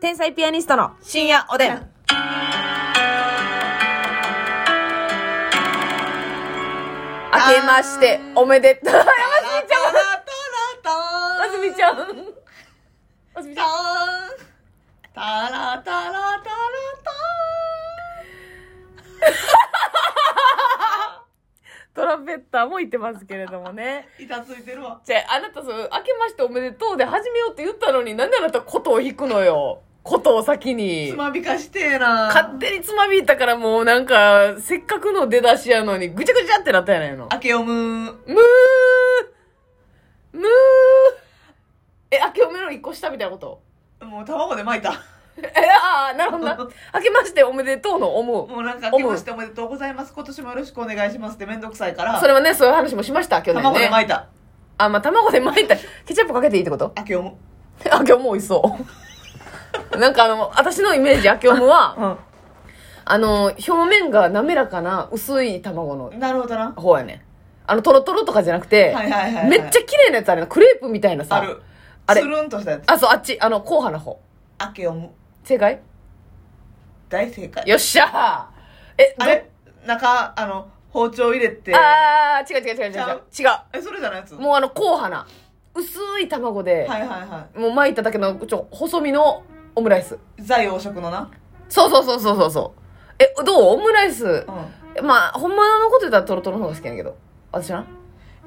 天才ピアニストの深夜おでん。明けましておめでとう。ますみちゃん。タラますみちゃん。ますみちゃん。タラタラタラトランペッターも言ってますけれどもね。板ついてるわ。じゃあ、あなたそう、明けましておめでとうで始めようって言ったのに、なんであなたことを引くのよ。ことを先につ。まびかしてえな。勝手につまびいたからもうなんか、せっかくの出だしやのに、ぐちゃぐちゃってなったやないの。明けおむ。むーむーえ、明けおめの一個下みたいなこともう卵で巻いた。え、ああ、なる ほどな。明けましておめでとうの思う。もうなんか明けましておめでとうございます。今年もよろしくお願いしますってめんどくさいから。それはね、そういう話もしました、去年ね。卵で巻いた。あ、まあ、卵で巻いた。ケチャップかけていいってこと 明けおむ。あけおむ美味しそう。なんかあの、私のイメージ、あけおむ は、うあの、表面が滑らかな薄い卵のん。なるほどな。方やねん。あの、トロトロとかじゃなくて、はいはいはいはいめっちゃ綺麗なやつあれな、クレープみたいなさ。ある。あれつるんとしたやつ。あ、そう、あっち、あの、硬派な方。明けおむ。正解大正解。よっしゃーえ、どあれ中、あの、包丁入れて。あー、違う違う違う違うちゃう違う。え、それじゃないやつ違う。もうあの、硬派な、薄い卵で、はいはいはもう巻いただけの、ちょ、細身のオムライス。い。在洋食のな。そうそうそうそうそうそう。え、どうオムライスう。ん。まあ、ほんまのこと言ったらトロトロの方が好きやねんけど。私な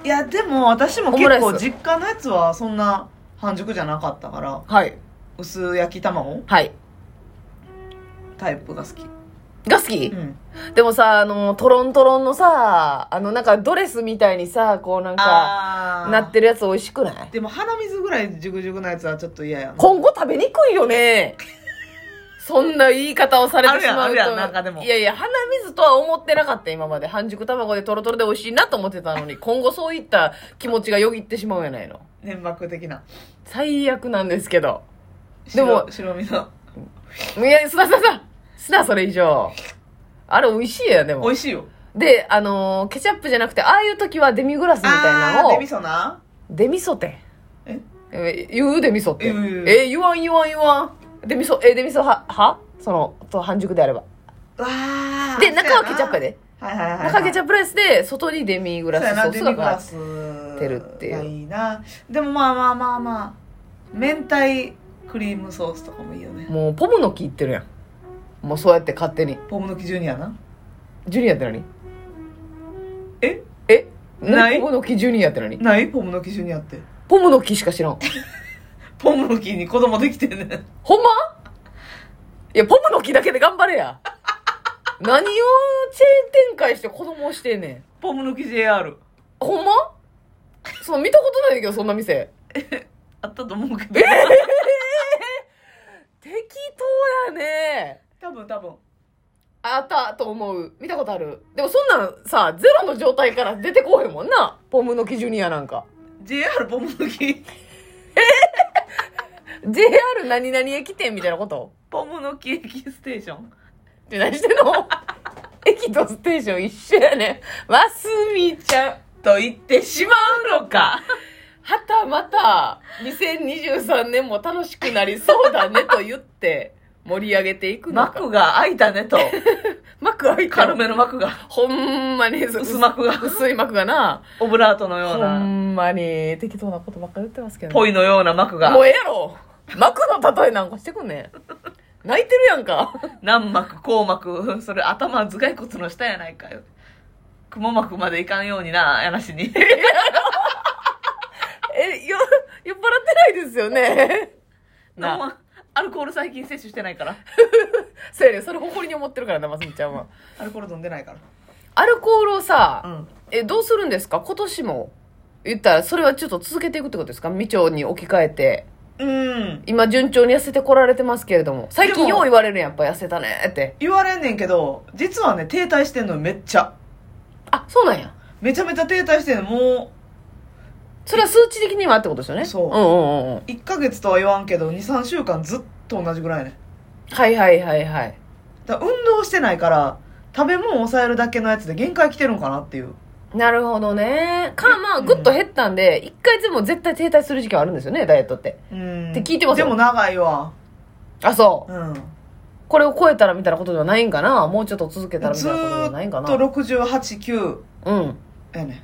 いやでも私もオム結ライ構ス実家のやつはそんな半熟じゃなかったからはい。薄焼き卵はい。タイプが好きが好き、うんでもさ、あの、トロントロンのさ、あの、なんかドレスみたいにさ、こうなんか、あなってるやつ美味しくないでも鼻水ぐらいジュグジュグのやつはちょっと嫌やな今後食べにくいよね。そんな言い方をされてしまうと。あるやんあるやんなんかでもいやいや、鼻水とは思ってなかった、今まで。半熟卵でトロトロで美味しいなと思ってたのに、今後そういった気持ちがよぎってしまうやないの。粘膜的な最悪なんですけど。で白も白身のいや、すなすなすなすな、それ以上。あれ美味しいやん、で美も。味しいよで、あのーケチャップじゃなくて、ああいう時はデミグラスみたいなあのをーで、味噌なデミソって。ええ言うデミソって。え言う言う言わん言わん言わん。デミソ、えデミソは、はその、と半熟であれば。わーで、中はケチャップやで。そうやなはいはいはい、はい、中はケチャッップライスで、外にデミグプラそうやスソなーデスミがグかかラっスてるっていうがいいなでもまあまあまあまあ明太クリームソースとかもいいよねてもう、ポムの木いってるやん。もうそうやって勝手に。ポムの木ジュニアなジュニアって何ええないポムの木ジュニアって何ないポムの木ジュニアってポムの木しか知らん。ポムの木に子供できてんねんほんまいや、ポムの木だけで頑張れや。 何をチェーン展開して子供をしてんねん。ポムの木 JR ほんまそう、見たことないんだけど、そんな店。あったと思うけど適当やね。多分多分あったと思う。見たことある。でもそんなんさ、ゼロの状態から出てこへんもんな。ポムの木ジュニアなんか。 JR ポムの木 JR 何々駅店みたいなことポムの木駅ステーションって何してんの 駅とステーション一緒やね。ますみちゃん。と言ってしまうのかはたまた、2023年も楽しくなりそうだねと言 って、盛り上げていくのか。幕が開いた ねと幕開いてる軽めの幕がほんまに、薄薄幕が薄い幕がな。オブラートのようほなんまに、適当なことばっかり言ってますけど、ポイのような幕がもうええやろ幕の例えなんかしてくん ねん。泣いてるやんか。軟膜硬膜 それ頭頭蓋骨の下やないかよくも膜までいかんようになやなしにえ、よ、酔っ払ってないですよね。な なアルコール最近摂取してないからそうやねんそれ誇りに思ってるからな、ますみちゃんは。アルコール飲んでないかアルコールをさ、らうんえ、どうするんですか今年も。言ったら、それはちょっと続けていくってことですか未調に置き換えて。うん今、順調に痩せてこられてますけれども。最近でもよう言われるやん、やっぱ痩せたねって。言われんねんけど実はね停滞してんのめっちゃあ、そうなんや。めちゃめちゃ停滞してんのもそれは数値的にはってことですよね。そううんうんうんうん。う1ヶ月とは言わんけど23週間ずっと同じぐらいねはいはいはいはい。だから運動してないから食べ物を抑えるだけのやつで限界来てるんかなっていうなるほどね。か、まあ、うんぐっと減ったんで、一回でも絶対停滞する時期はあるんですよね、ダイエットって。うんって聞いてますよでも長いわあ、そう。うんこれを超えたらみたいなことではないんかなもうちょっと続けたらみずたいなことではないんかーっなと689うやね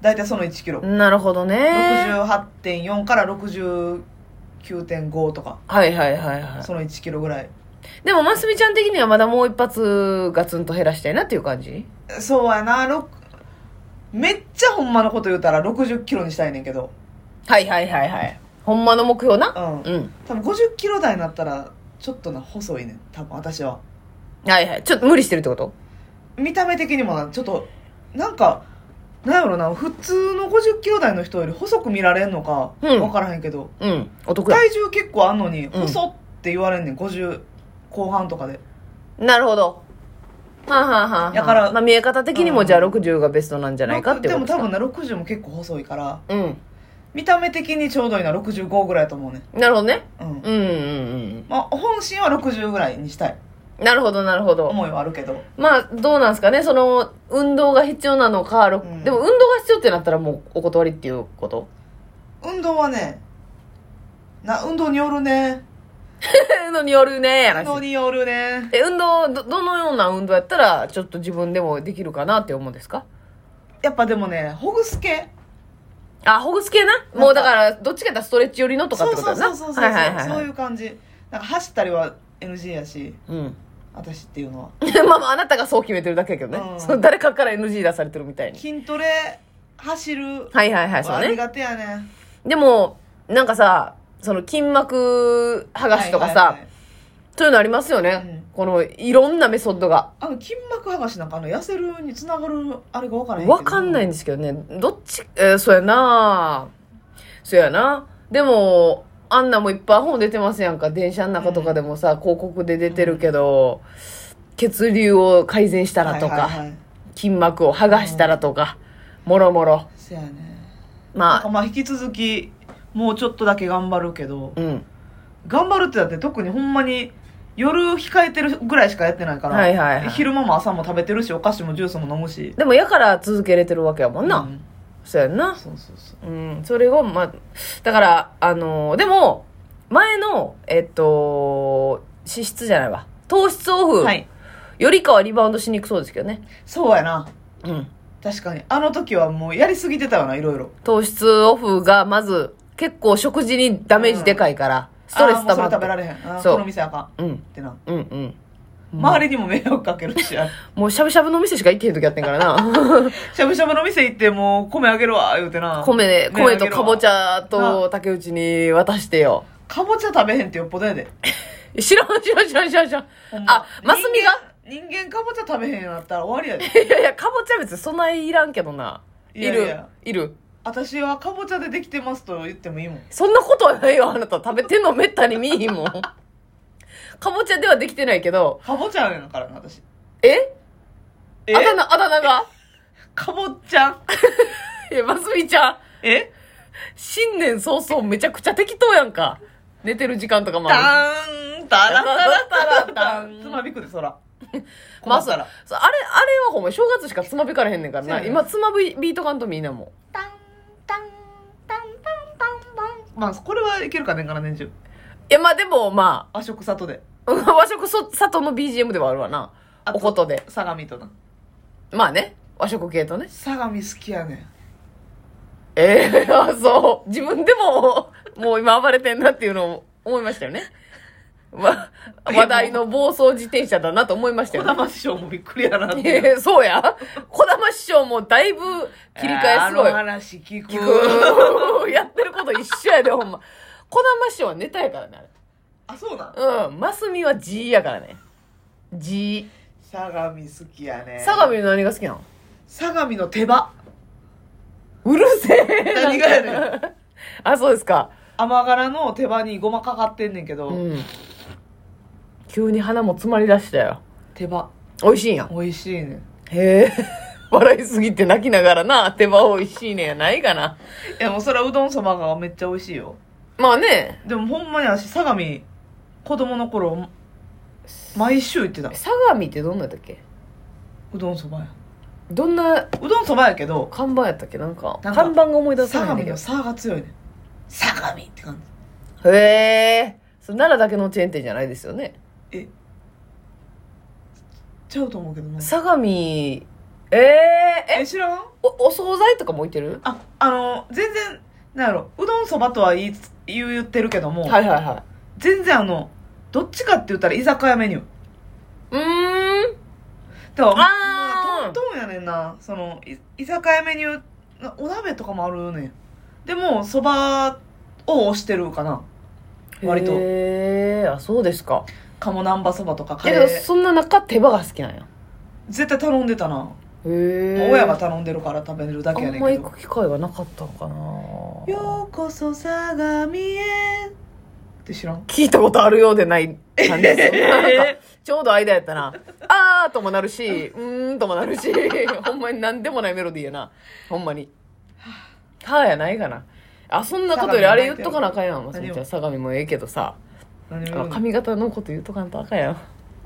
大体その1キロ、ん。なるほどね。 68.4から69.5とかはいはいはいはい。その1キロぐらいでも、ますみちゃん的にはまだもう一発ガツンと減らしたいなっていう感じそうやなろくめっちゃほんまのこと言うたら60キロにしたいねんけどはいはいはいはい。ほんまの目標なうんうん。多分50キロ台になったらちょっとな細いねん多分私ははいはい。ちょっと無理してるってこと見た目的にもなちょっとなんかなんやろな普通の50キロ台の人より細く見られんのかうん分からへんけど、うん。お得や。体重結構あんのにうん細って言われんねん50後半とかでなるほど。はあ、はあはあはあ、だからまあ見え方的にうもんじゃあ60がベストなんじゃないかっていうでこもと多か分な60も結構細いからう見た目的にちょうどいいな65ぐらいやと思うねんん。なるほどね。うんうんうんうんまあ、本心は60ぐらいにしたいうん。なるほどなるほど。思いはあるけどまあ、どうなんですかね、その、運動が必要なのか、ろうんでも運動が必要ってなったらもうお断りっていうこと。運動はねな運動によるね のによるね、やな運し動によるねえ、運動ど、どのような運動やったら、ちょっと自分でもできるかなって思うんですかやっぱでもねほぐす系あ、ほぐす系な。かもうだから、どっちかやったらストレッチ寄りのとかっそうてことそうだな。そうそうそう、はいはいはいそうはいい。う感じなんか走ったりは NG やしうん。 私っていうのはまあまあ、あなたがそう決めてるだけやけどね。うんその誰かから NG 出されてるみたいに。筋トレ走るはいはいはい、そうはね。苦手やねでも、なんかさ、その筋膜剥がしとかさ、はいはいはいそういうのありますよね。うんこの、いろんなメソッドが。あの筋膜剥がしなんかあの痩せるにつながるあれが分からへんけどわかんないんですけどね。どっち、えーそうやなそうやなでも、あんなもいっぱい本出てますやんか。電車の中とかでもさ、広告で出てるけど、血流を改善したらとか、はいはいはい筋膜を剥がしたらとか、もろもろ。そやねなんまかあ、まあ引き続きもうちょっとだけ頑張るけどうん。頑張るってだって特にほんまに夜控えてるぐらいしかやってないから、はいはいはい昼間も朝も食べてるしお菓子もジュースも飲むしでも、やから続けれてるわけやもんな。うんそうやんな。そうそうそううん、それを、まあ、だから、あのーでも、前の、えっと、脂質じゃないわ。糖質オフはいよりかはリバウンドしにくそうですけどね。そうやなうん。確かにあの時はもうやりすぎてたよないろいろ糖質オフが、まず、結構食事にダメージでかいから、ストレスあーもう溜そまっれて。食べられへんあーそうこの店あかんっうん、てなうん、うん。周りにも迷惑かけ るしもう、しゃぶしゃぶの店しか行けへん時やってんから な。しゃぶしゃぶの店行ってもう米あげるわ言うてな米で、ね米とかぼちゃと竹内に渡してよ。かぼちゃ食べへんってよっぽどやで知らん、知らん、知らん、知らん、知らん。ほんまあ、マスミが人間人間かぼちゃ食べへんようになったら終わりやでいやいや、かぼちゃ別にそんないらんけどな。いいやいるやいる。私はかぼちゃでできてますと言ってもいいもんそんなことはないよ、あなた。食べてんのめったに見えひん もん。かぼちゃではできてないけど。かぼちゃやからな私ええあだ名、あだ名が。かぼちゃんいや、ますみちゃん、え新年早々めちゃくちゃ適当やんか。寝てる時間とかもある。たーんたらたらたらたたんんつまびくでそらまあ、そうあ困ったれ、らあれはほんま、正月しかつまびからへんねんからそうな。やね今、つまびビート感とみんなも。タンタンタンタンタンタンまあこれはいけるかねんから年中いや、まあでも、ま和食里であ、和食そ、里の BGM ではあるわな。あとおことで。相模となまあね。和食系とね。相模好きやねんええあ そう。自分でも、もう今暴れてんなっていうのを思いましたよね。わ、話題の暴走自転車だなと思いました小よね。玉師匠もびっくりやなっていうええそうや。小玉師匠もだいぶ切り替えすごいあの。話聞くぐー やってること一緒やで、ほんま。小玉師匠はネタやからね、あそうなんあれ。うん。マスミは G やからね。G。相模好きやね相模の何が好きなの相模の手羽うるせえ。何がやねんあ、そうですか。甘辛の手羽にごまかかってんねんけど、うん。急に鼻も詰まりだしたよ。手羽美味しいんや。美味しいねんへえ。笑いすぎて泣きながらな、手羽美味しいねやないかな。いやもうそれはうどんそばがめっちゃ美味しいよまあね、でもほんまに私相模子供の頃毎週行ってた相模ってどんなんだっけうどんそばやどんなうどんそばやけど看板やったっけなんか、なんか看板が思い出さ相ない模んだの「けさ」が強いねん相模って感じど。へえ。それ奈良だけのチェーン店じゃないですよねえちゃうと思うけどな相模えー、ええ知らんおお惣菜とかも置いてるああの全然なんやろうどんそばとは言いつ言う言ってるけども、はいはいは全然あのどっちかって言ったら居酒屋メニューいうーんだからあーもうトントンやねんなそのい居酒屋メニューお鍋とかもあるねんでもそばを推してるかな割とへえあそうですか鴨南波そばとかカだけレどーそんな中手羽が好きなんや絶対頼んでたな、へえ親が頼んでるから食べれるだけあやんねんまけ行どく機会がなかったのか「なようこそ相模へ」って知らん聞いたことあるようでない感じですよえーなんかちょうど間やったなあーともなるしうーんともなるし ほんまに何でもないメロディーやなほんまにはあやないかなあそんなことよりあれ言っとかなあかんやんま何をすみちゃん相模もええけどさ何あを言うのの髪型のこと言っとかんとあかんやん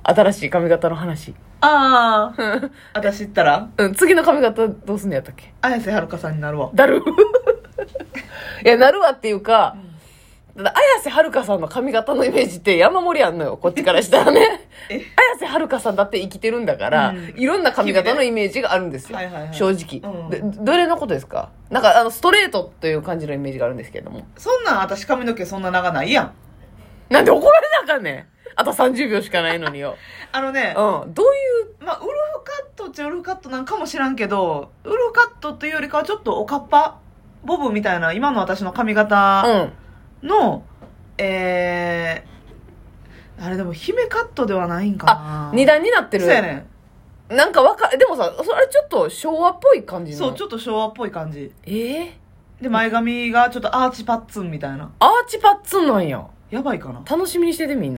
新しい髪型の話、 ああ私ったらうん、次の髪型どうすんのやったっけ綾瀬はるかさんになるわだる いやなるわっていうか、ただ綾瀬はるかさんの髪型のイメージって山盛りあんのよこっちからしたらね え綾瀬はるかさんだって生きてるんだから、うんいろんな髪型のイメージがあるんですよ、はいはいはい正直、うんでどれのことですかなんかあのストレートという感じのイメージがあるんですけれどもそんなん私髪の毛そんな長ないやんなんで怒られなあかんねんあと30秒しかないの によ、あのねうん、どういうまあ、ウルフカットっちゃウルフカットなんかも知らんけど、ウルフカットっていうよりかはちょっとおかっぱ、ボブみたいな、今の私の髪型うんの、えー、あれでも姫カットではないんかな。あ二段になってるそうやねなんかわかでもさそれちょっと昭和っぽい感じん。のそう、ちょっと昭和っぽい感じ。えー、で、前髪がちょっとアーチパッツンみたいな。アーチパッツンなんややばいかな。楽しみにしててみんな